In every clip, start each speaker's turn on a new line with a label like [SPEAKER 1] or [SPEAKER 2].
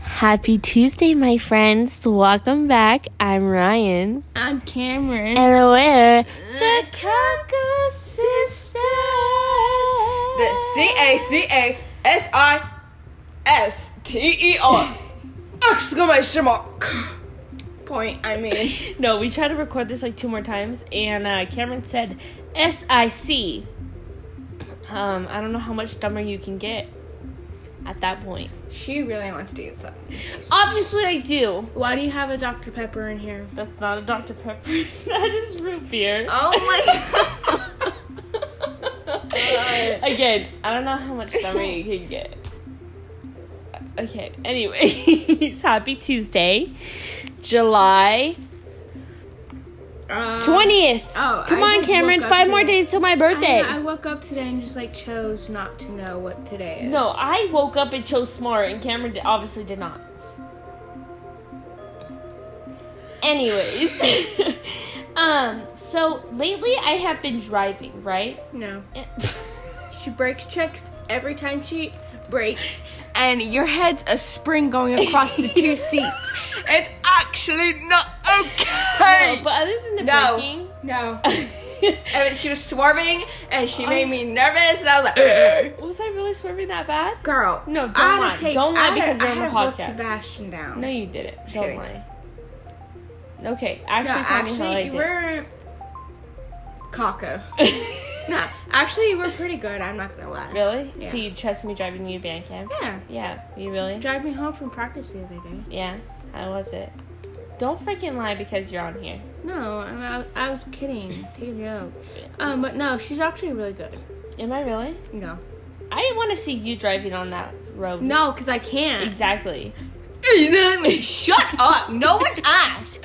[SPEAKER 1] Happy Tuesday, my friends. Welcome back. I'm Ryan.
[SPEAKER 2] I'm Cameron.
[SPEAKER 1] And we're the
[SPEAKER 2] The
[SPEAKER 1] Coco Sisters.
[SPEAKER 2] the C A C A S I S T E R exclamation mark. Point. I mean,
[SPEAKER 1] No, we tried to record this like two more times, and uh, Cameron said S I C. Um, I don't know how much dumber you can get at that point.
[SPEAKER 2] she really wants to eat something.
[SPEAKER 1] Obviously, I do.
[SPEAKER 2] Why do you have a Dr Pepper in here?
[SPEAKER 1] That's not a Dr. Pepper. that is root beer.
[SPEAKER 2] Oh my God.
[SPEAKER 1] Again, I don't know how much dumber you can get. Okay, anyways, happy Tuesday, July
[SPEAKER 2] Um,
[SPEAKER 1] 20th.
[SPEAKER 2] oh,
[SPEAKER 1] Come
[SPEAKER 2] I
[SPEAKER 1] on,
[SPEAKER 2] just
[SPEAKER 1] Cameron,
[SPEAKER 2] woke up
[SPEAKER 1] five more
[SPEAKER 2] today.
[SPEAKER 1] days till my birthday.
[SPEAKER 2] I, I woke up today and just like chose not to know what today is.
[SPEAKER 1] no, I woke up and chose smart, and Cameron did, obviously did not. Anyways, um, so lately I have been driving, right?
[SPEAKER 2] No.
[SPEAKER 1] And-
[SPEAKER 2] She breaks checks every time she breaks, and your head's a spring going across the two seats. It's actually not okay.
[SPEAKER 1] No, but other than the
[SPEAKER 2] no,
[SPEAKER 1] breaking,
[SPEAKER 2] no. I mean, she was swerving, and she made me nervous, and I was like,
[SPEAKER 1] was I really swerving that bad?
[SPEAKER 2] "Girl,
[SPEAKER 1] No, don't
[SPEAKER 2] I had to
[SPEAKER 1] lie. Don't lie
[SPEAKER 2] I had to-
[SPEAKER 1] because
[SPEAKER 2] I
[SPEAKER 1] you're on
[SPEAKER 2] had
[SPEAKER 1] the
[SPEAKER 2] to hold
[SPEAKER 1] podcast.
[SPEAKER 2] Sebastian down.
[SPEAKER 1] No, you did it. Don't
[SPEAKER 2] kidding.
[SPEAKER 1] lie. Okay, actually,
[SPEAKER 2] No,
[SPEAKER 1] tell me how I
[SPEAKER 2] actually, you
[SPEAKER 1] did.
[SPEAKER 2] were caco. no, actually, you were pretty good. I'm not gonna lie.
[SPEAKER 1] really?
[SPEAKER 2] Yeah.
[SPEAKER 1] So you trust me driving you to band camp?
[SPEAKER 2] Yeah,
[SPEAKER 1] Yeah. You really?
[SPEAKER 2] drive me home from practice the other day.
[SPEAKER 1] Yeah. How was it? Don't freaking lie because you're on here.
[SPEAKER 2] No, I, I, I was kidding. Take a joke. Um, but no, she's actually really good.
[SPEAKER 1] Am I really?
[SPEAKER 2] No.
[SPEAKER 1] I want to see you driving on that road.
[SPEAKER 2] No, because I can't.
[SPEAKER 1] Exactly.
[SPEAKER 2] Exactly. Shut up. No one asked.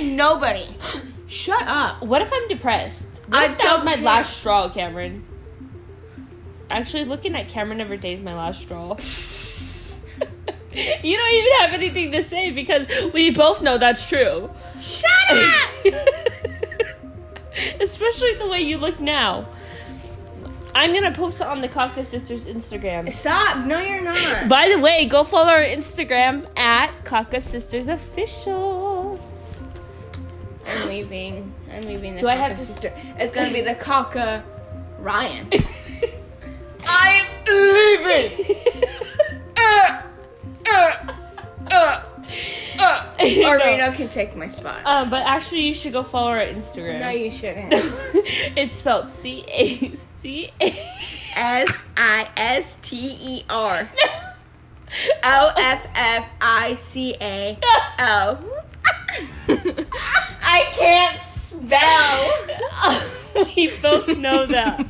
[SPEAKER 2] nobody. Shut up.
[SPEAKER 1] What if I'm depressed? What
[SPEAKER 2] I
[SPEAKER 1] if that was
[SPEAKER 2] don't
[SPEAKER 1] my
[SPEAKER 2] care.
[SPEAKER 1] last straw, Cameron? Actually, looking at Cameron every day is my last straw. you don't even have anything to say because we both know that's true.
[SPEAKER 2] Shut up.
[SPEAKER 1] Especially the way you look now. I'm gonna post it on the Caucus Sisters Instagram.
[SPEAKER 2] Stop. No, you're not.
[SPEAKER 1] By the way, go follow our Instagram at Caucus Sisters Official.
[SPEAKER 2] I'm leaving. I'm leaving. The
[SPEAKER 1] Do I have
[SPEAKER 2] Kaka
[SPEAKER 1] to-
[SPEAKER 2] sister? It's gonna be the Kaka Ryan. I'm leaving. Uh, uh, uh, uh. Or
[SPEAKER 1] No.
[SPEAKER 2] Reno can take my spot.
[SPEAKER 1] Um, but actually, you should go follow our Instagram.
[SPEAKER 2] no, you shouldn't.
[SPEAKER 1] it's spelled C A C A.
[SPEAKER 2] S I S T E R O F F I C A O. I can't spell.
[SPEAKER 1] we both know that.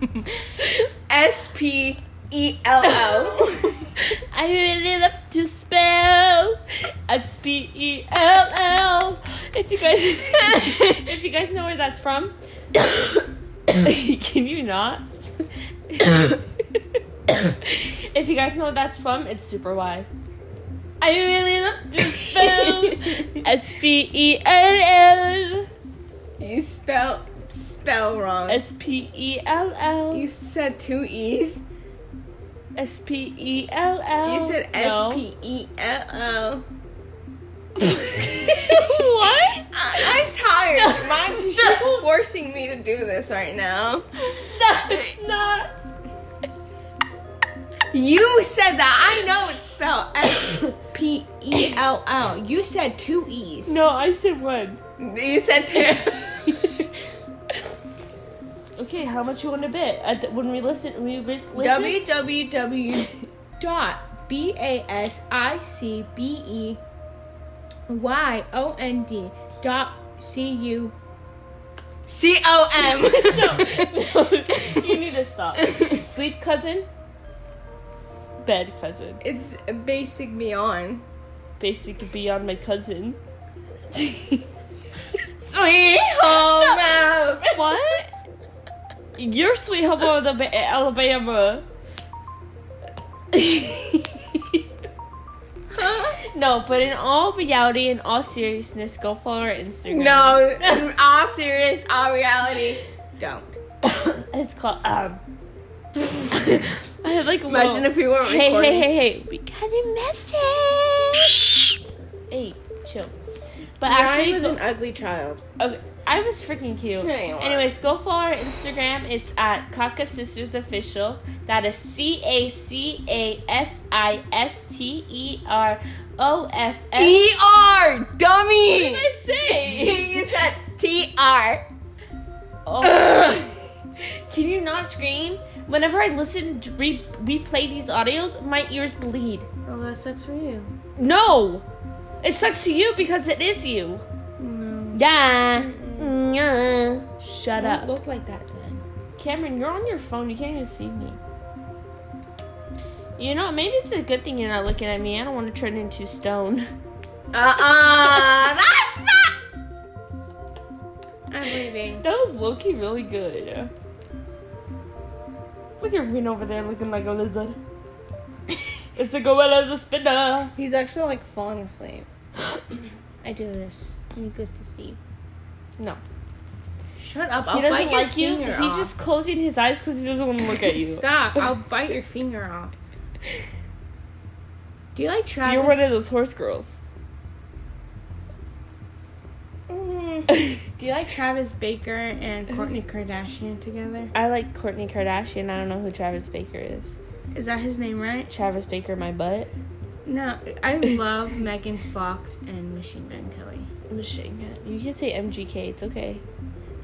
[SPEAKER 2] S P E L O.
[SPEAKER 1] Oh. I really love to spell S P E L L. If you guys, if you guys know where that's from, can you not? if you guys know what that's from, it's Super Y. I really love to spell S P E L L.
[SPEAKER 2] You spell spell wrong.
[SPEAKER 1] S P E L L.
[SPEAKER 2] you said two E's.
[SPEAKER 1] S P E L L.
[SPEAKER 2] You said S P E L O.
[SPEAKER 1] What?
[SPEAKER 2] I- I'm tired. Mom, she's forcing me to do this right now.
[SPEAKER 1] That's not.
[SPEAKER 2] You said that. I know it's spelled S P E L L. You said two E's.
[SPEAKER 1] No, I said one.
[SPEAKER 2] You said two.
[SPEAKER 1] Okay, how much you want to bet? At the, when we listen, we re- listen.
[SPEAKER 2] www dot b a s i c b e y o n d dot c u c o m.
[SPEAKER 1] you need to stop. Sleep cousin. Bed cousin.
[SPEAKER 2] It's basic beyond.
[SPEAKER 1] Basically, beyond my cousin.
[SPEAKER 2] Sweet home Alabama.
[SPEAKER 1] What? Your sweet home Alab- Alabama. no, but in all reality, in all seriousness, go follow our Instagram.
[SPEAKER 2] No, in all serious, all reality, don't.
[SPEAKER 1] it's called um. I had like a
[SPEAKER 2] Imagine
[SPEAKER 1] little-
[SPEAKER 2] if we weren't
[SPEAKER 1] Hey,
[SPEAKER 2] recording.
[SPEAKER 1] hey, hey, hey! We got a message. Hey, chill. But
[SPEAKER 2] Ryan
[SPEAKER 1] actually,
[SPEAKER 2] was
[SPEAKER 1] go-
[SPEAKER 2] an ugly child.
[SPEAKER 1] okay, I was freaking cute.
[SPEAKER 2] No, you weren't.
[SPEAKER 1] Anyways, go follow our Instagram. It's at Kaka Sisters Official. That is C A C A S I S T E R O F S.
[SPEAKER 2] E-R, dummy!
[SPEAKER 1] I say.
[SPEAKER 2] you said T-R. E.
[SPEAKER 1] Oh. Can you not scream? Whenever I listen to re- replay these audios, my ears bleed.
[SPEAKER 2] Oh, that sucks for you.
[SPEAKER 1] No! It sucks to you because it is you.
[SPEAKER 2] No.
[SPEAKER 1] Yeah. Yeah. Shut
[SPEAKER 2] Don't
[SPEAKER 1] up.
[SPEAKER 2] look like that then.
[SPEAKER 1] Cameron, you're on your phone. You can't even see me. You know, maybe it's a good thing you're not looking at me. I don't want to turn into stone.
[SPEAKER 2] Uh-uh, that's not... I'm leaving.
[SPEAKER 1] That was Loki really good. Look at Reno over there looking like a lizard. It's a gorilla, the spinner.
[SPEAKER 2] He's actually like falling asleep. I do this. And he goes to sleep.
[SPEAKER 1] No.
[SPEAKER 2] Shut up.
[SPEAKER 1] He
[SPEAKER 2] I'll
[SPEAKER 1] doesn't
[SPEAKER 2] bite Oh, your
[SPEAKER 1] like you.
[SPEAKER 2] finger
[SPEAKER 1] He's
[SPEAKER 2] off.
[SPEAKER 1] just closing his eyes because he doesn't want to look at you.
[SPEAKER 2] Stop. I'll bite your finger off. Do you like Travis?
[SPEAKER 1] You're one of those horse girls.
[SPEAKER 2] Mm. Do you like Travis Baker and Kourtney Kardashian together?
[SPEAKER 1] I like Courtney Kardashian. I don't know who Travis Baker is.
[SPEAKER 2] Is that his name right?
[SPEAKER 1] Travis Baker, my butt.
[SPEAKER 2] No, I love Megan Fox and Machine Gun Kelly.
[SPEAKER 1] Machine gun. You can say MGK. It's okay.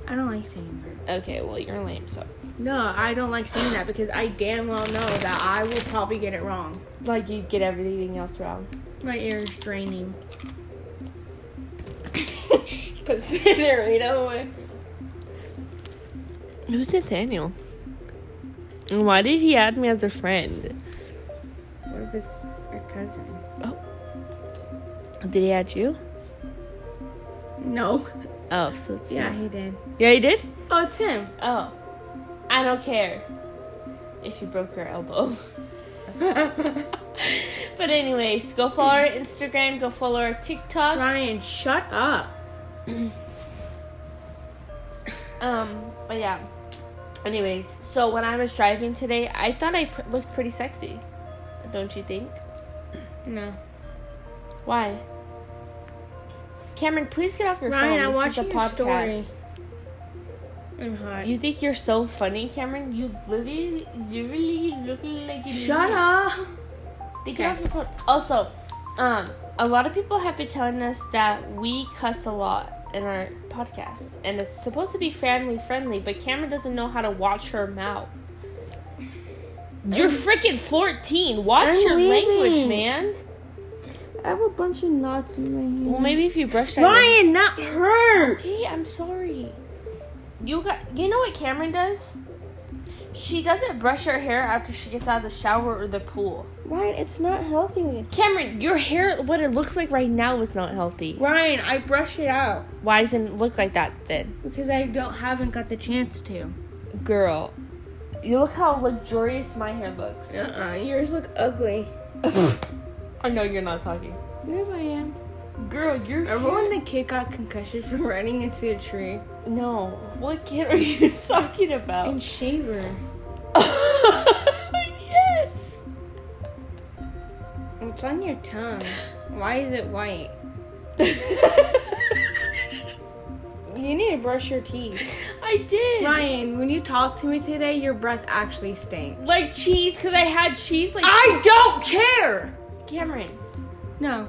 [SPEAKER 2] I don't like saying that.
[SPEAKER 1] Okay, well you're lame, so
[SPEAKER 2] No, I don't like saying that because I damn well know that I will probably get it wrong.
[SPEAKER 1] like you get everything else wrong.
[SPEAKER 2] My ear's draining. Put Cinerito away.
[SPEAKER 1] Who's Nathaniel? And why did he add me as a friend?
[SPEAKER 2] What if it's your cousin?
[SPEAKER 1] Did he add you?
[SPEAKER 2] No.
[SPEAKER 1] Oh, so it's
[SPEAKER 2] Yeah, he did.
[SPEAKER 1] yeah, he did.
[SPEAKER 2] Oh, it's him.
[SPEAKER 1] Oh, I don't care if you broke your elbow. but anyways, go follow our Instagram. Go follow our TikTok.
[SPEAKER 2] Ryan, shut up.
[SPEAKER 1] Um, but yeah. Anyways, so when I was driving today, I thought I pr- looked pretty sexy. Don't you think?
[SPEAKER 2] No.
[SPEAKER 1] Why? Cameron, please get off your phone.
[SPEAKER 2] Ryan, I'm
[SPEAKER 1] This is
[SPEAKER 2] watching
[SPEAKER 1] a
[SPEAKER 2] your
[SPEAKER 1] podcast.
[SPEAKER 2] story. I'm hot.
[SPEAKER 1] You think you're so funny, Cameron? You literally, literally looking like you.
[SPEAKER 2] Shut up.
[SPEAKER 1] They get off your phone. Also, um, a lot of people have been telling us that we cuss a lot in our podcast, and it's supposed to be family friendly, but Cameron doesn't know how to watch her mouth. You're freaking 14. Watch
[SPEAKER 2] I'm
[SPEAKER 1] your language,
[SPEAKER 2] leaving.
[SPEAKER 1] man.
[SPEAKER 2] I have a bunch of knots in my
[SPEAKER 1] Well, maybe if you brush that.
[SPEAKER 2] Ryan, not her.
[SPEAKER 1] Okay, I'm sorry. You got. You know what Cameron does? She doesn't brush her hair after she gets out of the shower or the pool.
[SPEAKER 2] Ryan, it's not healthy.
[SPEAKER 1] Cameron, your hair, what it looks like right now, is not healthy.
[SPEAKER 2] Ryan, I brush it out
[SPEAKER 1] Why doesn't it look like that then,
[SPEAKER 2] because I don't haven't got the chance to.
[SPEAKER 1] girl? You look how luxurious my hair looks.
[SPEAKER 2] Uh-uh, yours look ugly.
[SPEAKER 1] I know you're not talking,
[SPEAKER 2] Yes, I am.
[SPEAKER 1] girl. You're
[SPEAKER 2] Remember when the kid got concussion from running into a tree?
[SPEAKER 1] no. What kid are you talking about?
[SPEAKER 2] And Shaver.
[SPEAKER 1] yes.
[SPEAKER 2] It's on your tongue. Why is it white? You need to brush your teeth.
[SPEAKER 1] I did.
[SPEAKER 2] Ryan, when you talk to me today, your breath actually stinks.
[SPEAKER 1] like cheese because I had cheese. Like
[SPEAKER 2] I don't care.
[SPEAKER 1] Cameron.
[SPEAKER 2] No,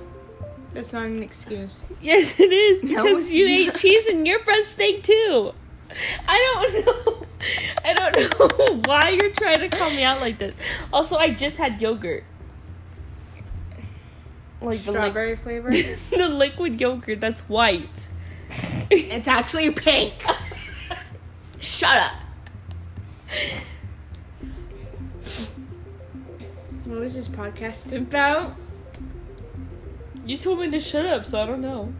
[SPEAKER 2] that's not an excuse.
[SPEAKER 1] Yes, it is
[SPEAKER 2] No,
[SPEAKER 1] because
[SPEAKER 2] it's
[SPEAKER 1] you
[SPEAKER 2] not.
[SPEAKER 1] ate cheese and your breath stank too. I don't know. I don't know why you're trying to call me out like this. Also, I just had yogurt. Like the, li-
[SPEAKER 2] Strawberry flavor.
[SPEAKER 1] the liquid yogurt that's white.
[SPEAKER 2] it's actually pink. Shut up. What was this podcast about?
[SPEAKER 1] you told me to shut up, so I don't know.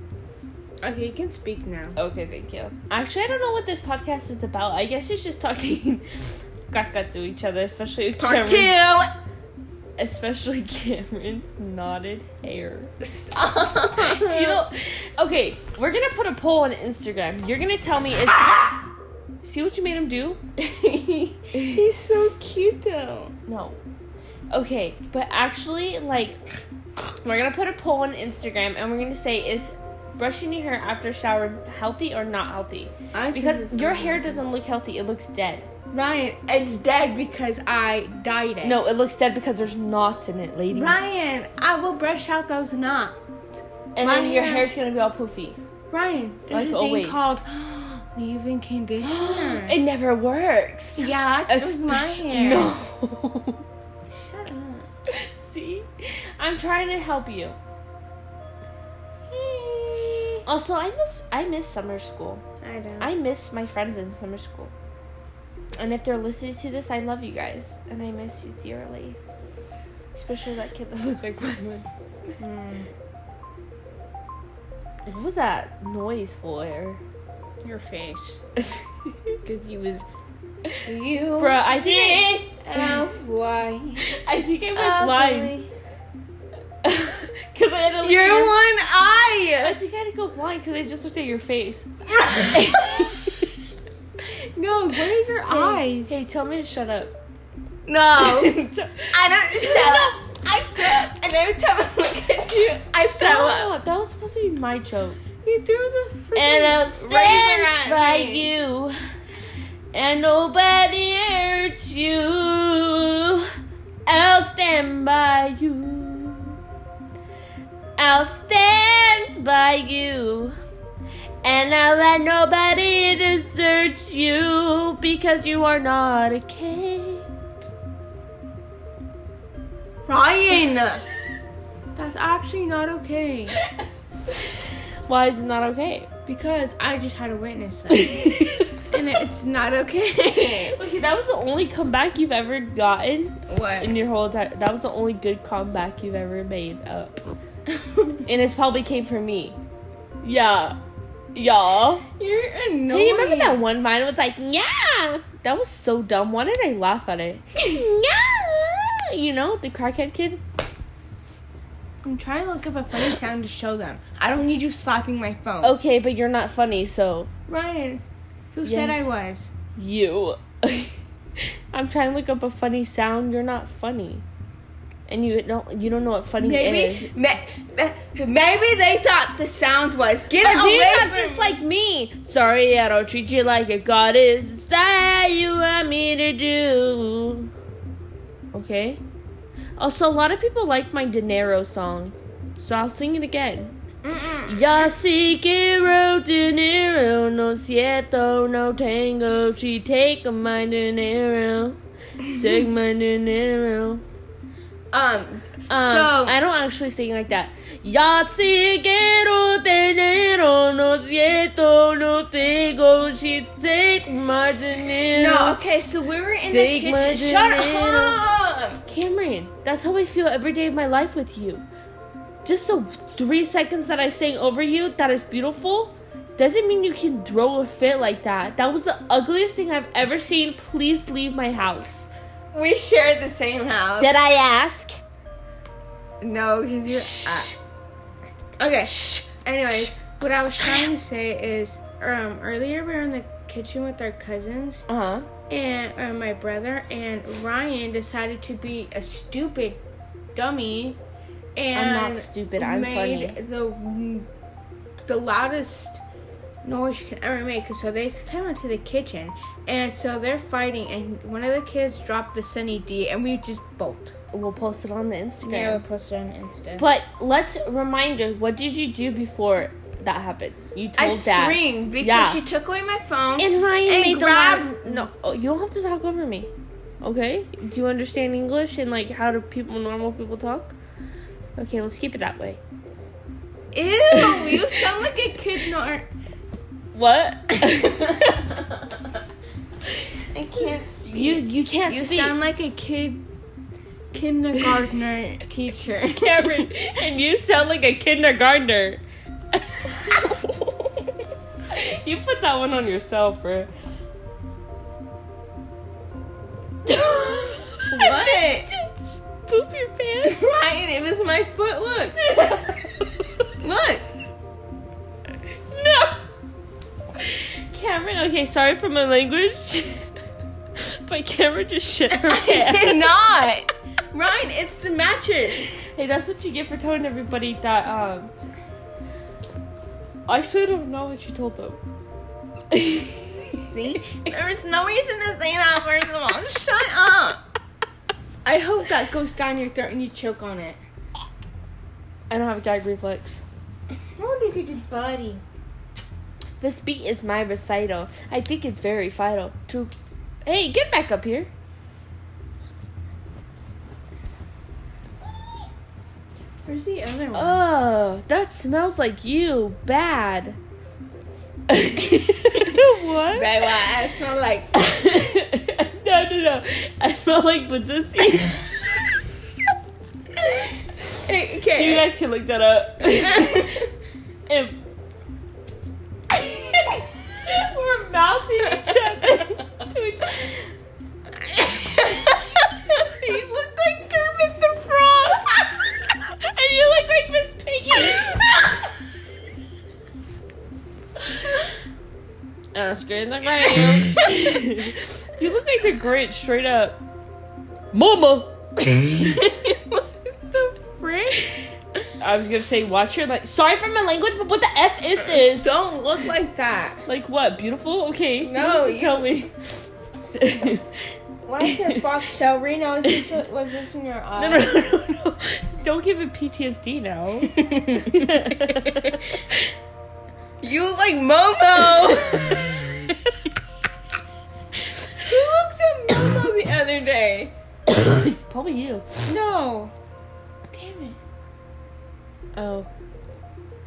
[SPEAKER 2] Okay, you can speak now.
[SPEAKER 1] Okay, thank you. Actually, I don't know what this podcast is about. I guess it's just talking caca to each other, especially
[SPEAKER 2] Part
[SPEAKER 1] Cameron's-
[SPEAKER 2] two.
[SPEAKER 1] especially Cameron's knotted hair.
[SPEAKER 2] Stop.
[SPEAKER 1] you know, okay, we're gonna put a poll on Instagram. You're gonna tell me if See what you made him do?
[SPEAKER 2] He's so cute though.
[SPEAKER 1] No. Okay, but actually, like, we're gonna put a poll on Instagram and we're gonna say, is brushing your hair after a shower healthy or not healthy?
[SPEAKER 2] I
[SPEAKER 1] Because your hair doesn't look healthy, it looks dead.
[SPEAKER 2] Ryan, it's dead because I dyed it.
[SPEAKER 1] No, it looks dead because there's knots in it, lady.
[SPEAKER 2] Ryan, I will brush out those knots.
[SPEAKER 1] And
[SPEAKER 2] my
[SPEAKER 1] then your
[SPEAKER 2] hair-
[SPEAKER 1] hair's gonna be all poofy.
[SPEAKER 2] Ryan, there's
[SPEAKER 1] Like
[SPEAKER 2] a thing
[SPEAKER 1] always.
[SPEAKER 2] called leave-in conditioner.
[SPEAKER 1] It never works.
[SPEAKER 2] yeah, it was my
[SPEAKER 1] Especi-
[SPEAKER 2] hair.
[SPEAKER 1] No.
[SPEAKER 2] Shut up.
[SPEAKER 1] See? I'm trying to help you. Also, I miss I miss summer school.
[SPEAKER 2] I don't.
[SPEAKER 1] I miss my friends in summer school. And if they're listening to this, I love you guys. And I miss you dearly. Especially that kid that looked like Rylan. What was that noise for?
[SPEAKER 2] Your face,
[SPEAKER 1] Bruh,
[SPEAKER 2] because you was you.
[SPEAKER 1] I think
[SPEAKER 2] Oh, why?
[SPEAKER 1] I, I think I
[SPEAKER 2] Oh,
[SPEAKER 1] went blind. Cause I had to look
[SPEAKER 2] You're
[SPEAKER 1] at your-
[SPEAKER 2] one
[SPEAKER 1] I
[SPEAKER 2] eye.
[SPEAKER 1] think I had to go blind because I just looked at your face.
[SPEAKER 2] no, what is your eyes?
[SPEAKER 1] Hey, tell me to shut up.
[SPEAKER 2] No,
[SPEAKER 1] Oh. I
[SPEAKER 2] I don't shut up. I and every time I look at you, I throw up.
[SPEAKER 1] That was supposed to be my joke.
[SPEAKER 2] You threw the freaking
[SPEAKER 1] And I'll stand
[SPEAKER 2] razor
[SPEAKER 1] by
[SPEAKER 2] at me.
[SPEAKER 1] you, and nobody hurts you. I'll stand by you. I'll stand by you. And I'll let nobody desert you because you are not a king.
[SPEAKER 2] Ryan. That's actually not okay
[SPEAKER 1] Why is it not okay?
[SPEAKER 2] because I just had a witness that, and it's not okay.
[SPEAKER 1] Okay, that was the only comeback you've ever gotten
[SPEAKER 2] What?
[SPEAKER 1] in your whole entire. That was the only good comeback you've ever made up, and it's probably came from me. Yeah, y'all.
[SPEAKER 2] You're annoying.
[SPEAKER 1] Hey, you remember that one Mine was like, yeah, that was so dumb. Why did I laugh at it? yeah, you know the crackhead kid.
[SPEAKER 2] I'm trying to look up a funny sound to show them. I don't need you slapping my phone.
[SPEAKER 1] Okay, but you're not funny, so
[SPEAKER 2] Ryan, who said I
[SPEAKER 1] Oh. Yes.
[SPEAKER 2] was?
[SPEAKER 1] you. I'm trying to look up a funny sound. You're not funny, and you don't. You don't know what funny is.
[SPEAKER 2] maybe they thought the sound was get
[SPEAKER 1] But you're not just like me. Sorry, I don't treat you like a goddess. That you want me to do. Okay. Also, a lot of people like my De Niro song, so I'll sing it again. Ya si quiero dinero, no siento, no tengo. She take my dinero, take my dinero.
[SPEAKER 2] um.
[SPEAKER 1] Um,
[SPEAKER 2] So-
[SPEAKER 1] I don't actually sing like that. Ya si quiero dinero, no siento, no tengo, she take my dinero.
[SPEAKER 2] No, okay, so we were in
[SPEAKER 1] Take
[SPEAKER 2] the
[SPEAKER 1] my
[SPEAKER 2] kitchen. Shut
[SPEAKER 1] dinero.
[SPEAKER 2] up!
[SPEAKER 1] Cameron, that's how I feel every day of my life with you. Just the three seconds that I sang over you, that is beautiful, doesn't mean you can throw a fit like that. That was the ugliest thing I've ever seen. Please leave my house.
[SPEAKER 2] We shared the same house.
[SPEAKER 1] Did I ask?
[SPEAKER 2] no, because
[SPEAKER 1] Shh.
[SPEAKER 2] you're. Uh, okay. Anyways, what I was trying to say is um, earlier we were in the kitchen with our cousins.
[SPEAKER 1] Uh huh.
[SPEAKER 2] and uh, my brother and Ryan decided to be a stupid dummy and
[SPEAKER 1] I'm not stupid. I'm
[SPEAKER 2] made
[SPEAKER 1] funny.
[SPEAKER 2] the the loudest noise you can ever make. So they came into the kitchen and so they're fighting and one of the kids dropped the Sunny D and we just bolt.
[SPEAKER 1] We'll post it on the Instagram.
[SPEAKER 2] Yeah, we posted on Insta.
[SPEAKER 1] But let's remind us, what did you do before that happened? You
[SPEAKER 2] I
[SPEAKER 1] told Dad.
[SPEAKER 2] screamed because
[SPEAKER 1] Yeah.
[SPEAKER 2] she took away my phone.
[SPEAKER 1] And Ryan
[SPEAKER 2] and
[SPEAKER 1] made
[SPEAKER 2] grabbed-
[SPEAKER 1] the loud. No, oh, you don't have to talk over me. Okay? Do you understand English and like how do people, normal people talk? Okay, let's keep it that way.
[SPEAKER 2] Ew, you sound like a kid. Nor-
[SPEAKER 1] What?
[SPEAKER 2] I can't speak.
[SPEAKER 1] you you can't
[SPEAKER 2] You
[SPEAKER 1] speak.
[SPEAKER 2] sound like a kid kindergartner teacher.
[SPEAKER 1] Cameron, and you sound like a kindergartner. you put that one on yourself, bro.
[SPEAKER 2] What?
[SPEAKER 1] Just poop your pants.
[SPEAKER 2] Ryan, it was my foot. Look. Look.
[SPEAKER 1] no. Cameron, Okay, sorry for my language. but Cameron just shit her
[SPEAKER 2] I did
[SPEAKER 1] pants.
[SPEAKER 2] not. Ryan, it's the mattress.
[SPEAKER 1] Hey, that's what you get for telling everybody that, um. I actually don't know what you told them.
[SPEAKER 2] See? There was no reason to say that, first of all. Shut up. I hope that goes down your throat and you choke on it.
[SPEAKER 1] I don't have a gag reflex.
[SPEAKER 2] No, you could just buddy.
[SPEAKER 1] This beat is my recital. I think it's very vital to. Hey, get back up here.
[SPEAKER 2] Where's the other one?
[SPEAKER 1] Oh, that smells like you. Bad. what?
[SPEAKER 2] Right, well, Oh, I smell like.
[SPEAKER 1] no, no, no. I smell like Badissi.
[SPEAKER 2] okay.
[SPEAKER 1] you guys can look that up. And- We're mouthing each other. To each-
[SPEAKER 2] you look like Kermit the Frog.
[SPEAKER 1] and you look like Miss Piggy. And I screamed like I am. you look like the Grinch, straight up. Mama.
[SPEAKER 2] what the frick?
[SPEAKER 1] I was gonna say, watch your like. Sorry for my language, but what the f is this?
[SPEAKER 2] Don't look like that.
[SPEAKER 1] Like what? Beautiful? Okay.
[SPEAKER 2] No,
[SPEAKER 1] You don't have to tell me.
[SPEAKER 2] When I said Fox Shell Reno, is this, was this in your eye?
[SPEAKER 1] no, no, no, no, no. Don't give it PTSD now.
[SPEAKER 2] you look like Momo. Who looked at Momo the other day?
[SPEAKER 1] Probably you.
[SPEAKER 2] No. Damn it.
[SPEAKER 1] Oh.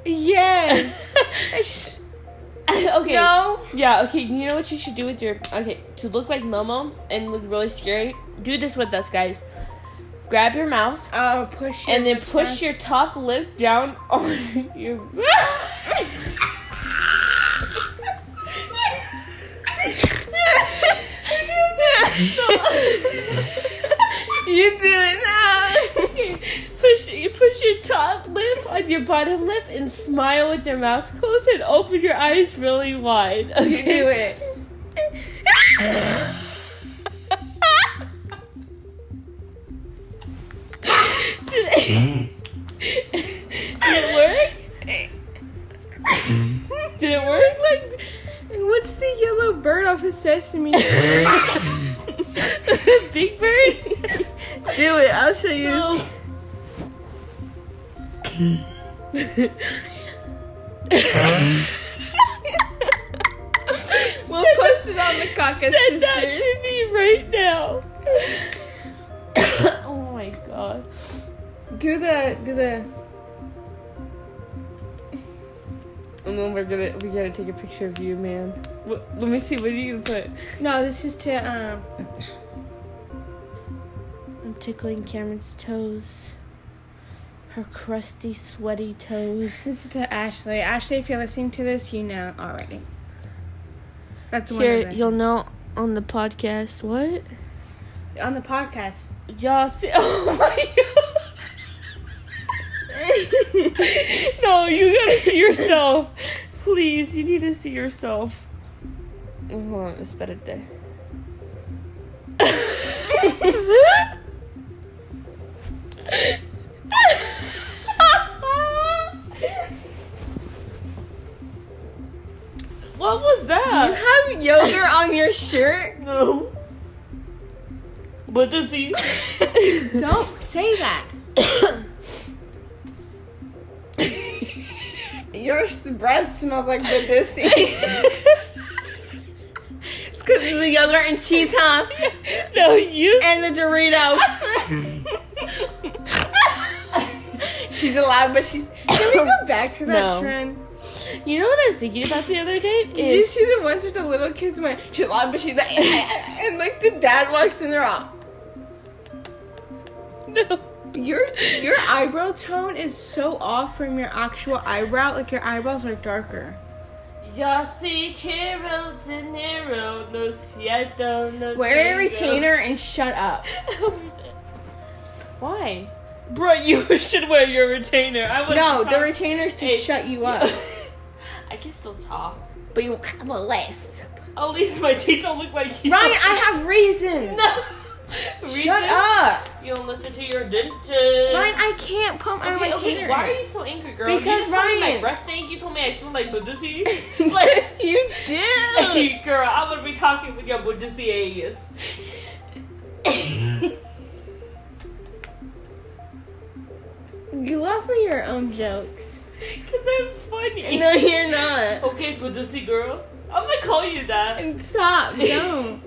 [SPEAKER 2] Yes.
[SPEAKER 1] okay.
[SPEAKER 2] No.
[SPEAKER 1] Yeah, okay, you know what you should do with your okay, to look like Momo and look really scary, do this with us guys. Grab your mouth
[SPEAKER 2] Oh, push.
[SPEAKER 1] and then push your top lip down on your
[SPEAKER 2] you do it now.
[SPEAKER 1] Okay, push you push your top lip on your bottom lip and smile with your mouth closed and open your eyes really wide. Okay?
[SPEAKER 2] You do it.
[SPEAKER 1] Did it work? Did it work?
[SPEAKER 2] like, what's the yellow bird off of Sesame Street?
[SPEAKER 1] Big Bird?
[SPEAKER 2] Do it. I'll show you.
[SPEAKER 1] No.
[SPEAKER 2] We'll post it on the Caucus
[SPEAKER 1] Send that
[SPEAKER 2] Sisters.
[SPEAKER 1] to me right now. oh my god.
[SPEAKER 2] Do the do the.
[SPEAKER 1] And then we're gonna we gotta take a picture of you, man. What, let me see. What are you gonna put?
[SPEAKER 2] No, this is to um.
[SPEAKER 1] I'm tickling Cameron's toes. Her crusty, sweaty toes.
[SPEAKER 2] This is to Ashley. Ashley, if you're listening to this, you know already. That's one
[SPEAKER 1] Here,
[SPEAKER 2] of
[SPEAKER 1] you'll know on the podcast. What?
[SPEAKER 2] you on the podcast.
[SPEAKER 1] Y'all see? Oh my god! no, you gotta see yourself. Please, you need to see yourself. Hold on, espérate. what was
[SPEAKER 2] You
[SPEAKER 1] that?
[SPEAKER 2] have yogurt on your shirt.
[SPEAKER 1] No. What does he?
[SPEAKER 2] Don't say that. Your breath smells like Badissi. it's because of the yogurt and cheese, huh?
[SPEAKER 1] no, you.
[SPEAKER 2] And the Dorito. she's allowed, but she's. Can we go back to that
[SPEAKER 1] No.
[SPEAKER 2] trend?
[SPEAKER 1] You know what I was thinking about the other day?
[SPEAKER 2] Did you
[SPEAKER 1] Is
[SPEAKER 2] see the ones with the little kids went, she's allowed, but she's. And like the dad walks in, they're all.
[SPEAKER 1] no.
[SPEAKER 2] Your your eyebrow tone is so off from your actual eyebrow. Like your eyebrows are darker.
[SPEAKER 1] Yo soy Caro De Niro, no cierto, no
[SPEAKER 2] Wear a
[SPEAKER 1] tengo.
[SPEAKER 2] retainer and shut up.
[SPEAKER 1] Why? Bro, you should wear your retainer. I would
[SPEAKER 2] No, the retainer's to
[SPEAKER 1] Hey.
[SPEAKER 2] shut you up.
[SPEAKER 1] I can still talk.
[SPEAKER 2] But you come less.
[SPEAKER 1] At least my teeth don't look like you.
[SPEAKER 2] Ryan, I have reasons.
[SPEAKER 1] No.
[SPEAKER 2] Shut up.
[SPEAKER 1] You don't listen to your dentist.
[SPEAKER 2] Ryan, I can't pump my
[SPEAKER 1] Okay, okay,
[SPEAKER 2] hair.
[SPEAKER 1] why are you so angry, girl?
[SPEAKER 2] Because
[SPEAKER 1] you just told me my
[SPEAKER 2] Ryan-
[SPEAKER 1] breast stink. You told me I smell like budusi. like,
[SPEAKER 2] you do.
[SPEAKER 1] hey, girl, I'm gonna be talking with your budusi ass.
[SPEAKER 2] you laugh at your own jokes.
[SPEAKER 1] Cause I'm funny.
[SPEAKER 2] No, you're not.
[SPEAKER 1] Okay, budusi girl. I'm gonna call you that.
[SPEAKER 2] And stop. No.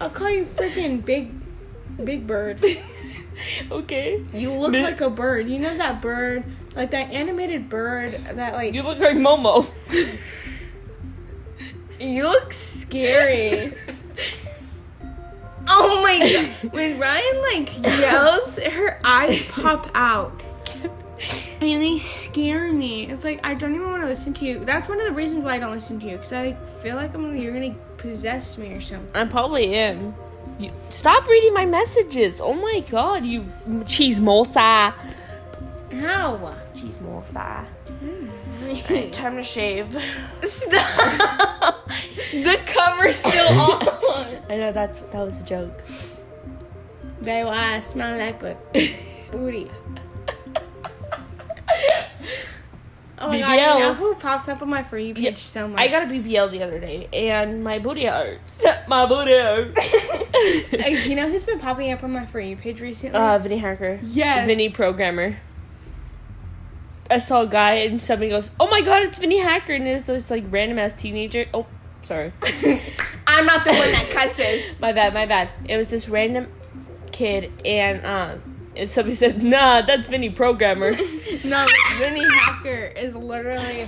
[SPEAKER 2] I'll call you freaking big, big bird.
[SPEAKER 1] okay.
[SPEAKER 2] You look
[SPEAKER 1] Bi-
[SPEAKER 2] like a bird. You know that bird, like that animated bird that like.
[SPEAKER 1] You look like Momo.
[SPEAKER 2] You look scary. oh my god. When Ryan like yells, her eyes pop out. And they scare me. It's like I don't even want to listen to you. That's one of the reasons why I don't listen to you, because I like, feel like I'm you're gonna possess me or something.
[SPEAKER 1] I probably am. You, stop reading my messages. Oh my god, you cheese mosa.
[SPEAKER 2] How?
[SPEAKER 1] Cheese mosa. Alright, time to shave.
[SPEAKER 2] Stop. the cover's still on.
[SPEAKER 1] I know that's that was a joke.
[SPEAKER 2] They why I smell like a booty. Oh my god, you know
[SPEAKER 1] BBLs.
[SPEAKER 2] who pops up on my for you page
[SPEAKER 1] Yeah,
[SPEAKER 2] so much.
[SPEAKER 1] I got a BBL the other day, and my booty hurts. my booty hurts.
[SPEAKER 2] Uh, you know who's been popping up on my for you page recently?
[SPEAKER 1] uh, Vinny Hacker.
[SPEAKER 2] yes.
[SPEAKER 1] Vinny Programmer. I saw a guy, and somebody goes, "Oh my god, it's Vinny Hacker!" And it's this like random ass teenager. Oh, sorry.
[SPEAKER 2] I'm not the one that cusses.
[SPEAKER 1] My bad, my bad. It was this random kid, and um, and somebody said, "Nah, that's Vinny Programmer."
[SPEAKER 2] no, Vinny Hacker is literally.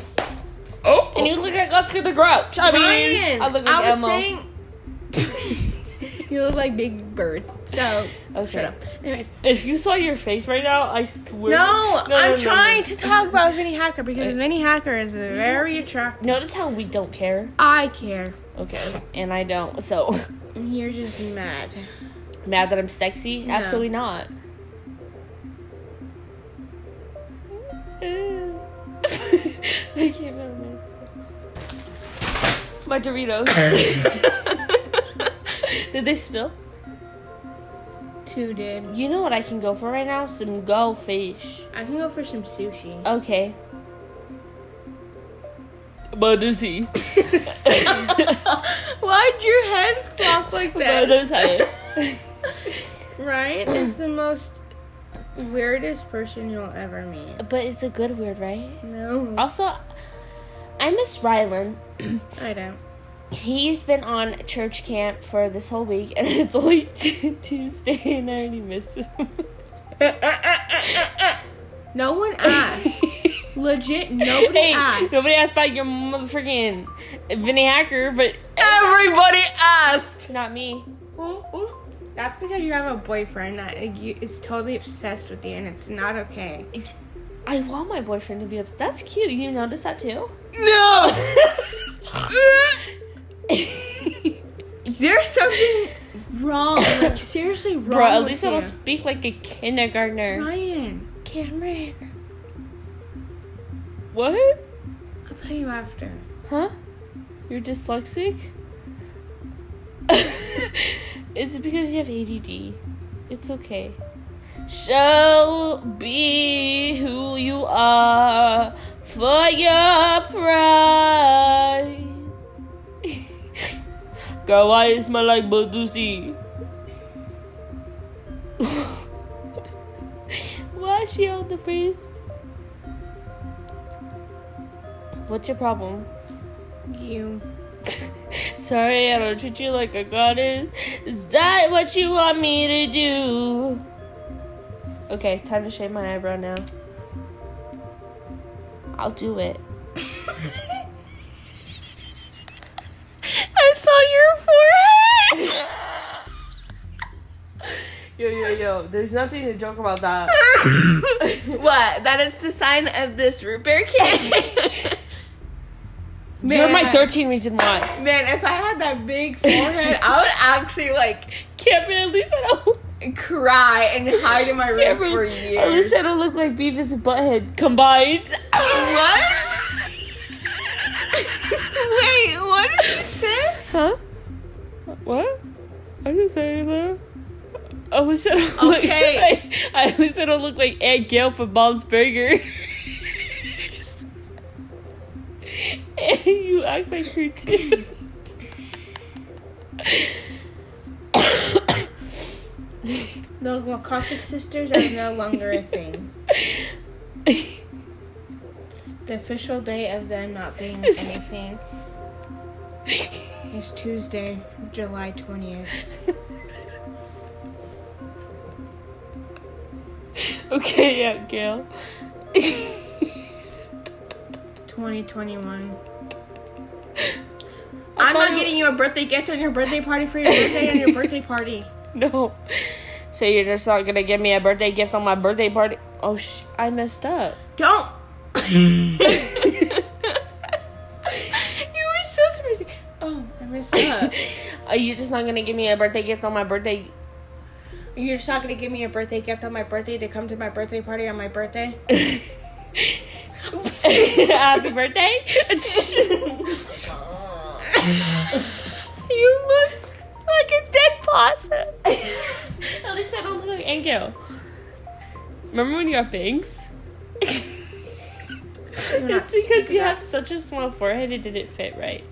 [SPEAKER 1] oh, and you look like Oscar the Grouch. I mean,
[SPEAKER 2] Ryan,
[SPEAKER 1] I look like
[SPEAKER 2] was
[SPEAKER 1] Elmo.
[SPEAKER 2] saying. you look like Big Bird. So
[SPEAKER 1] Okay.
[SPEAKER 2] shut up. Anyways,
[SPEAKER 1] If you saw your face right now, I swear.
[SPEAKER 2] no, I'm
[SPEAKER 1] no,
[SPEAKER 2] trying
[SPEAKER 1] no.
[SPEAKER 2] to talk about Vinny Hacker because Vinny Hacker is very attractive.
[SPEAKER 1] Notice how we don't care.
[SPEAKER 2] I care.
[SPEAKER 1] Okay, and I don't. So
[SPEAKER 2] And You're just mad.
[SPEAKER 1] mad that I'm sexy?
[SPEAKER 2] No.
[SPEAKER 1] Absolutely not. I can't remember. My Doritos. Did they spill?
[SPEAKER 2] Two did.
[SPEAKER 1] You know what I can go for right now? Some go fish.
[SPEAKER 2] I can go for some sushi.
[SPEAKER 1] Okay. Badusi.
[SPEAKER 2] Why'd your head flop like that?
[SPEAKER 1] Badusi.
[SPEAKER 2] Ryan is the most weirdest person you'll ever meet.
[SPEAKER 1] But it's a good word, right?
[SPEAKER 2] No,
[SPEAKER 1] Also, I miss Rylan.
[SPEAKER 2] I don't.
[SPEAKER 1] He's been on church camp for this whole week, and it's only t- Tuesday, and I already miss him.
[SPEAKER 2] No one asked. Legit, nobody
[SPEAKER 1] hey,
[SPEAKER 2] asked.
[SPEAKER 1] nobody asked about your motherfucking Vinny Hacker, but
[SPEAKER 2] Everybody asked.
[SPEAKER 1] not me.
[SPEAKER 2] That's because you have a boyfriend that uh, you, is totally obsessed with you, and it's not okay.
[SPEAKER 1] I want my boyfriend to be upset. That's cute. You notice that too?
[SPEAKER 2] No. There's something wrong. Like seriously wrong.
[SPEAKER 1] Bro, at
[SPEAKER 2] with
[SPEAKER 1] least
[SPEAKER 2] you.
[SPEAKER 1] I will speak like a kindergartner.
[SPEAKER 2] Ryan.
[SPEAKER 1] Cameron. What?
[SPEAKER 2] I'll tell you after.
[SPEAKER 1] Huh? You're dyslexic? it's because you have ADD. It's okay. Shall be who you are for your pride. Girl, why you smell like Badusi? why she on the face? What's your problem?
[SPEAKER 2] You.
[SPEAKER 1] Sorry, I don't treat you like a goddess. Is that what you want me to do? Okay, time to shave my eyebrow now. I'll do it.
[SPEAKER 2] I saw your forehead.
[SPEAKER 1] Yo, yo, yo, there's nothing to joke about that.
[SPEAKER 2] what? That it's the sign of this root beer cake. man,
[SPEAKER 1] You're my 13 reason why.
[SPEAKER 2] Man, if I had that big forehead, I would actually like
[SPEAKER 1] Cameron, at least I
[SPEAKER 2] oh,
[SPEAKER 1] don't.
[SPEAKER 2] cry and hide in my room
[SPEAKER 1] Cameron,
[SPEAKER 2] for
[SPEAKER 1] at
[SPEAKER 2] years.
[SPEAKER 1] least I don't look like Beavis and Butthead combined.
[SPEAKER 2] what? Wait, what What did you say?
[SPEAKER 1] Huh? What? I didn't say anything. At least I don't look
[SPEAKER 2] Okay.
[SPEAKER 1] like at least I don't look like Aunt Gail from Bob's Burger. and you act like her too.
[SPEAKER 2] The Lakaka sisters are no longer a thing. The official day of them not being anything is Tuesday, July 20th.
[SPEAKER 1] okay, Aunt Gail.
[SPEAKER 2] 2021. I'm not getting you a birthday gift on your birthday party for your birthday on your birthday party.
[SPEAKER 1] No. So you're just not gonna give me a birthday gift on my birthday party? Oh, sh- I messed up.
[SPEAKER 2] Don't.
[SPEAKER 1] you were so surprising.
[SPEAKER 2] Oh, I messed up.
[SPEAKER 1] Are you just not gonna give me a birthday gift on my birthday?
[SPEAKER 2] You're just not gonna give me a birthday gift on my birthday to come to my birthday party on my birthday?
[SPEAKER 1] Happy birthday! you look like a dead possum. At least I don't look like Angel. Remember when you got bangs?
[SPEAKER 2] not
[SPEAKER 1] it's because you have such a small forehead; it didn't fit right.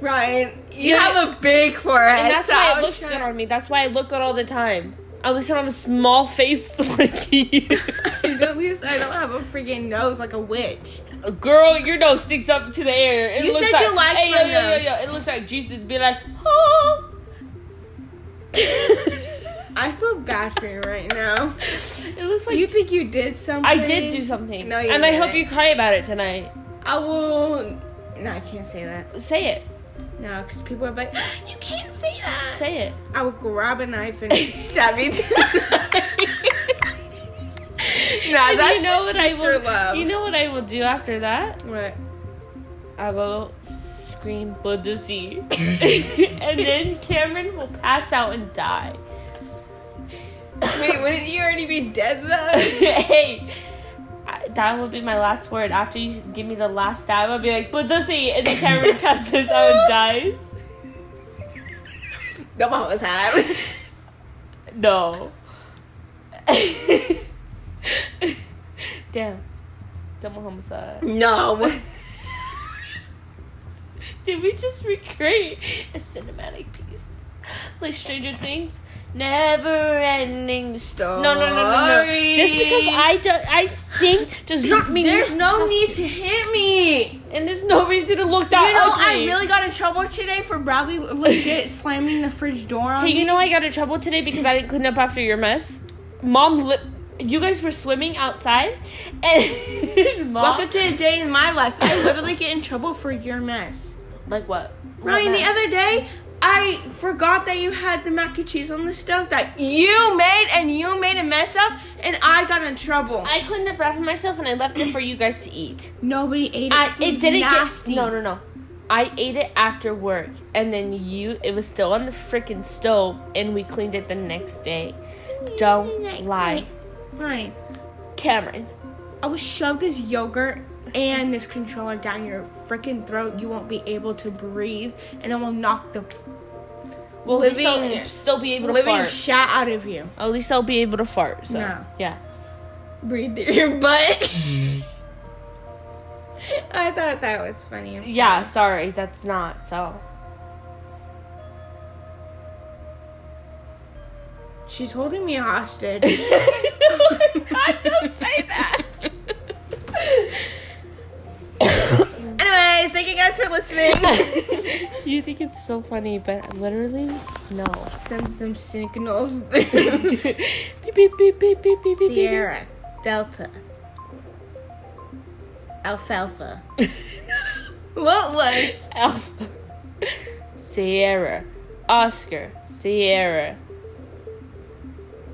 [SPEAKER 2] Ryan, you
[SPEAKER 1] Yeah.
[SPEAKER 2] have a big forehead.
[SPEAKER 1] And that's
[SPEAKER 2] so
[SPEAKER 1] why
[SPEAKER 2] I'm
[SPEAKER 1] it looks
[SPEAKER 2] trying-
[SPEAKER 1] good on me. That's why I look good all the time. At least I don't have a small face like you.
[SPEAKER 2] At least I don't have a freaking nose like a witch.
[SPEAKER 1] Girl, your nose sticks up to the air. It
[SPEAKER 2] You
[SPEAKER 1] looks
[SPEAKER 2] said
[SPEAKER 1] like,
[SPEAKER 2] you liked
[SPEAKER 1] hey,
[SPEAKER 2] my
[SPEAKER 1] yo, yo, yo,
[SPEAKER 2] nose.
[SPEAKER 1] yo. It looks like Jesus be like, oh. it
[SPEAKER 2] I feel bad for you right now.
[SPEAKER 1] looks like
[SPEAKER 2] You think you did something?
[SPEAKER 1] I did do something.
[SPEAKER 2] No, you
[SPEAKER 1] and I hope you
[SPEAKER 2] didn't.
[SPEAKER 1] cry about it tonight.
[SPEAKER 2] I will. No, I can't say that.
[SPEAKER 1] Say it.
[SPEAKER 2] No, because people are like, you can't say that.
[SPEAKER 1] Say it.
[SPEAKER 2] I would grab a knife and stab you. to the- nah,
[SPEAKER 1] And
[SPEAKER 2] that's
[SPEAKER 1] you know
[SPEAKER 2] just
[SPEAKER 1] what I
[SPEAKER 2] sister
[SPEAKER 1] will.
[SPEAKER 2] love.
[SPEAKER 1] You know what I will do after that?
[SPEAKER 2] what?
[SPEAKER 1] I will scream Budusi. and then Cameron will pass out and die.
[SPEAKER 2] Wait, wouldn't you already be dead though?
[SPEAKER 1] hey, I- that will be my last word. After you give me the last stab, I'll be like, but does he? And the camera passes out and dies.
[SPEAKER 2] no, mom was had.
[SPEAKER 1] No. Damn. Double homicide.
[SPEAKER 2] No.
[SPEAKER 1] Did we just recreate a cinematic piece? Like Stranger Things? Never ending story. No, no, no, no, no. Just because I, do, I sing does not mean
[SPEAKER 2] There's no need to hit me.
[SPEAKER 1] And there's no reason to look that
[SPEAKER 2] You know,
[SPEAKER 1] ugly.
[SPEAKER 2] I really got in trouble today for Bradley legit slamming the fridge door on
[SPEAKER 1] Hey,
[SPEAKER 2] me.
[SPEAKER 1] you know I got in trouble today because I didn't clean up after your mess. Mom, li- you guys were swimming outside, and mom,
[SPEAKER 2] Welcome to a day in my life. I literally get in trouble for your mess.
[SPEAKER 1] like what?
[SPEAKER 2] Ryan, the other day, I forgot that you had the mac and cheese on the stove that you made and you made a mess up and I got in trouble.
[SPEAKER 1] I cleaned up after myself and I left it for you guys to eat.
[SPEAKER 2] Nobody ate it.
[SPEAKER 1] I,
[SPEAKER 2] so
[SPEAKER 1] it
[SPEAKER 2] was
[SPEAKER 1] didn't
[SPEAKER 2] nasty.
[SPEAKER 1] get no, no, no. I ate it after work, and then you, it was still on the freaking stove, and we cleaned it the next day. Don't lie,
[SPEAKER 2] Ryan,
[SPEAKER 1] Cameron.
[SPEAKER 2] I will shove this yogurt and this controller down your freaking throat. You won't be able to breathe and I will knock the
[SPEAKER 1] Well, at least I'll
[SPEAKER 2] Living-
[SPEAKER 1] still be able to
[SPEAKER 2] living
[SPEAKER 1] fart.
[SPEAKER 2] shit out of you.
[SPEAKER 1] at least I'll be able to fart. So
[SPEAKER 2] No.
[SPEAKER 1] yeah.
[SPEAKER 2] breathe through your butt. I thought that was funny.
[SPEAKER 1] Yeah, sorry, that's not so.
[SPEAKER 2] She's holding me hostage.
[SPEAKER 1] I don't say that.
[SPEAKER 2] Anyways, thank you guys for listening.
[SPEAKER 1] you think it's so funny, but literally, no.
[SPEAKER 2] Sends them signals.
[SPEAKER 1] beep, beep, beep, beep, beep, beep, beep.
[SPEAKER 2] Sierra, Delta, Alfalfa. What was?
[SPEAKER 1] Alpha. Sierra. Oscar. Sierra.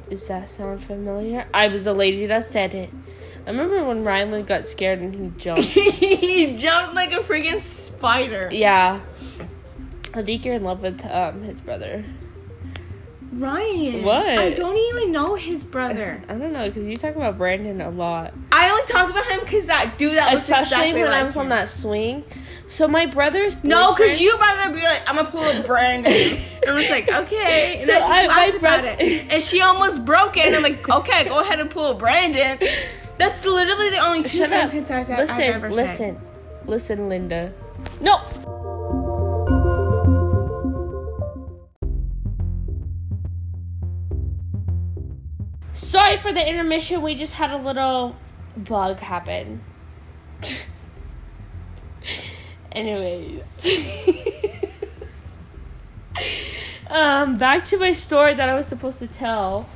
[SPEAKER 1] Does that sound familiar? I was the lady that said it. I remember when Ryan got scared and he jumped.
[SPEAKER 2] he jumped like a freaking spider.
[SPEAKER 1] Yeah. I think you're in love with um his brother.
[SPEAKER 2] Ryan.
[SPEAKER 1] What?
[SPEAKER 2] I don't even know his brother.
[SPEAKER 1] I don't know because you talk about Brandon a lot,
[SPEAKER 3] I only talk about him because that dude that looks
[SPEAKER 1] especially
[SPEAKER 3] exactly
[SPEAKER 1] when
[SPEAKER 3] like
[SPEAKER 1] I was on
[SPEAKER 3] him.
[SPEAKER 1] that swing. So my brother's
[SPEAKER 3] No, because
[SPEAKER 1] boyfriend-
[SPEAKER 3] you might as well be like, I'm gonna pull a brand name. And I was like, okay. And
[SPEAKER 1] So
[SPEAKER 3] I just
[SPEAKER 1] I- my
[SPEAKER 3] laughed about
[SPEAKER 1] brother-
[SPEAKER 3] it. And she almost broke it. And I'm like, okay, go ahead and pull Brandon. That's literally the only two
[SPEAKER 1] Shut up.
[SPEAKER 3] sentences I've
[SPEAKER 1] Listen,
[SPEAKER 3] ever said.
[SPEAKER 1] listen, listen, Linda. No. Sorry for the intermission. We just had a little bug happen. Anyways. um, back to my story that I was supposed to tell.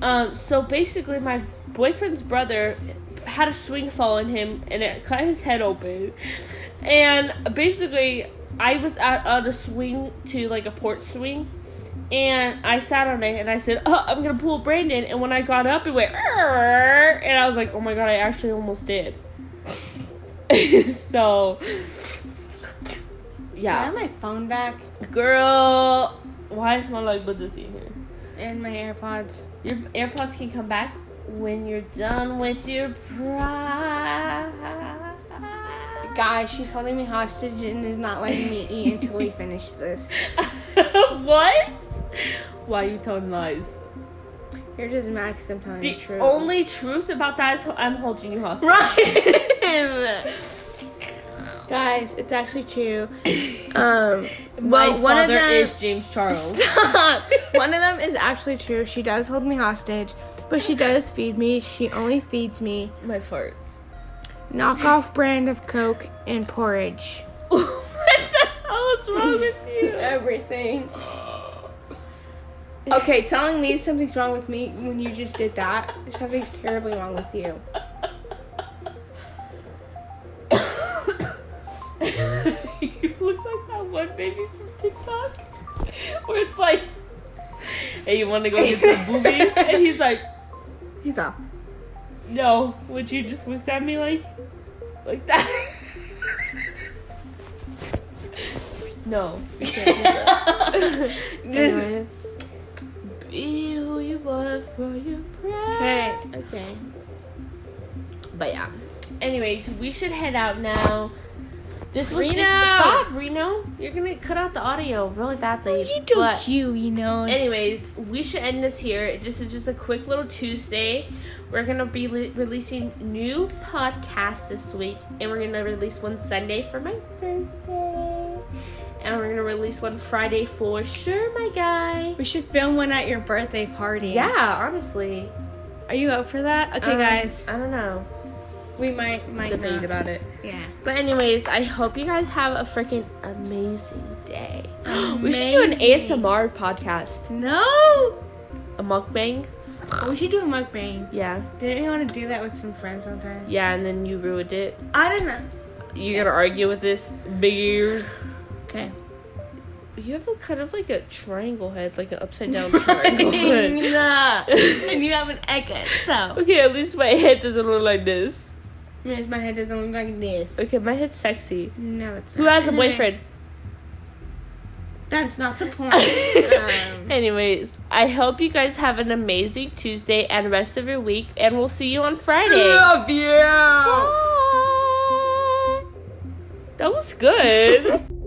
[SPEAKER 1] Um, so basically, my boyfriend's brother had a swing fall in him, and it cut his head open. And basically, I was at on a swing to like a port swing, and I sat on it, and I said, "Oh, I'm gonna pull Brandon." And when I got up, it went, "Arr," and I was like, "Oh my god, I actually almost did." so,
[SPEAKER 2] I
[SPEAKER 1] yeah.
[SPEAKER 2] have my phone back
[SPEAKER 1] Girl, why does my like Buddha's in here?
[SPEAKER 2] and my AirPods.
[SPEAKER 1] Your AirPods can come back when you're done with your pride.
[SPEAKER 2] Guys, she's holding me hostage and is not letting me eat until we finish this.
[SPEAKER 1] what? Why you telling lies?
[SPEAKER 2] You're just mad because I'm telling you
[SPEAKER 1] The
[SPEAKER 2] the truth.
[SPEAKER 1] only truth about that is I'm holding you hostage.
[SPEAKER 3] Ryan.
[SPEAKER 2] Guys, it's actually true.
[SPEAKER 3] Um,
[SPEAKER 1] My
[SPEAKER 3] well, one of
[SPEAKER 1] father
[SPEAKER 3] them
[SPEAKER 1] is James Charles.
[SPEAKER 2] One of them is actually true. She does hold me hostage, but she does feed me. She only feeds me
[SPEAKER 1] My farts.
[SPEAKER 2] knockoff brand of Coke and porridge.
[SPEAKER 1] what the hell is wrong with you?
[SPEAKER 2] Everything. Okay, telling me something's wrong with me when you just did that, something's terribly wrong with you.
[SPEAKER 1] you look like that one baby from TikTok where it's like, hey, you want to go get some boobies? And he's like,
[SPEAKER 2] He's off.
[SPEAKER 1] no. Would you just looked at me like, like that? no. you can't do that.
[SPEAKER 3] Just-
[SPEAKER 1] Be who you want for your
[SPEAKER 2] Okay,
[SPEAKER 1] pride.
[SPEAKER 2] okay.
[SPEAKER 3] but yeah.
[SPEAKER 1] Anyways, we should head out now. This was
[SPEAKER 2] Reno!
[SPEAKER 1] just stop, Reno. You're gonna cut out the audio really badly.
[SPEAKER 2] You do
[SPEAKER 1] but-
[SPEAKER 2] you, you know.
[SPEAKER 1] Anyways, we should end this here. This is just a quick little Tuesday. We're gonna be le- releasing new podcasts this week, and we're gonna release one Sunday for my birthday, and we're gonna release one Friday for sure, my guy.
[SPEAKER 2] we should film one at your birthday party.
[SPEAKER 1] Yeah, honestly.
[SPEAKER 2] Are you up for that? Okay,
[SPEAKER 1] Um,
[SPEAKER 2] guys.
[SPEAKER 1] I don't know.
[SPEAKER 2] We might might not.
[SPEAKER 3] about it.
[SPEAKER 2] Yeah.
[SPEAKER 1] But anyways, I hope you guys have a freaking amazing day. We should do an
[SPEAKER 2] Amazing.
[SPEAKER 1] ASMR podcast,
[SPEAKER 2] No.
[SPEAKER 1] a mukbang.
[SPEAKER 2] We should do a mukbang.
[SPEAKER 1] Yeah,
[SPEAKER 2] Didn't you want to do that with some friends one time?
[SPEAKER 1] yeah, and then you ruined it.
[SPEAKER 2] I don't know.
[SPEAKER 1] You gonna argue with this big ears?
[SPEAKER 2] Okay.
[SPEAKER 1] You have a kind of like a triangle head, like an upside down triangle head.
[SPEAKER 2] and you have an egg head, so.
[SPEAKER 1] Okay, at least my head doesn't look like this.
[SPEAKER 2] Miss, my head doesn't look like this.
[SPEAKER 1] Okay, my head's sexy.
[SPEAKER 2] No, it's
[SPEAKER 1] Who
[SPEAKER 2] not.
[SPEAKER 1] has a
[SPEAKER 2] Anyway,
[SPEAKER 1] boyfriend?
[SPEAKER 2] That's not the point. um,
[SPEAKER 1] Anyways, I hope you guys have an amazing Tuesday and rest of your week, and we'll see you on Friday.
[SPEAKER 3] Love you.
[SPEAKER 1] Bye. That was good.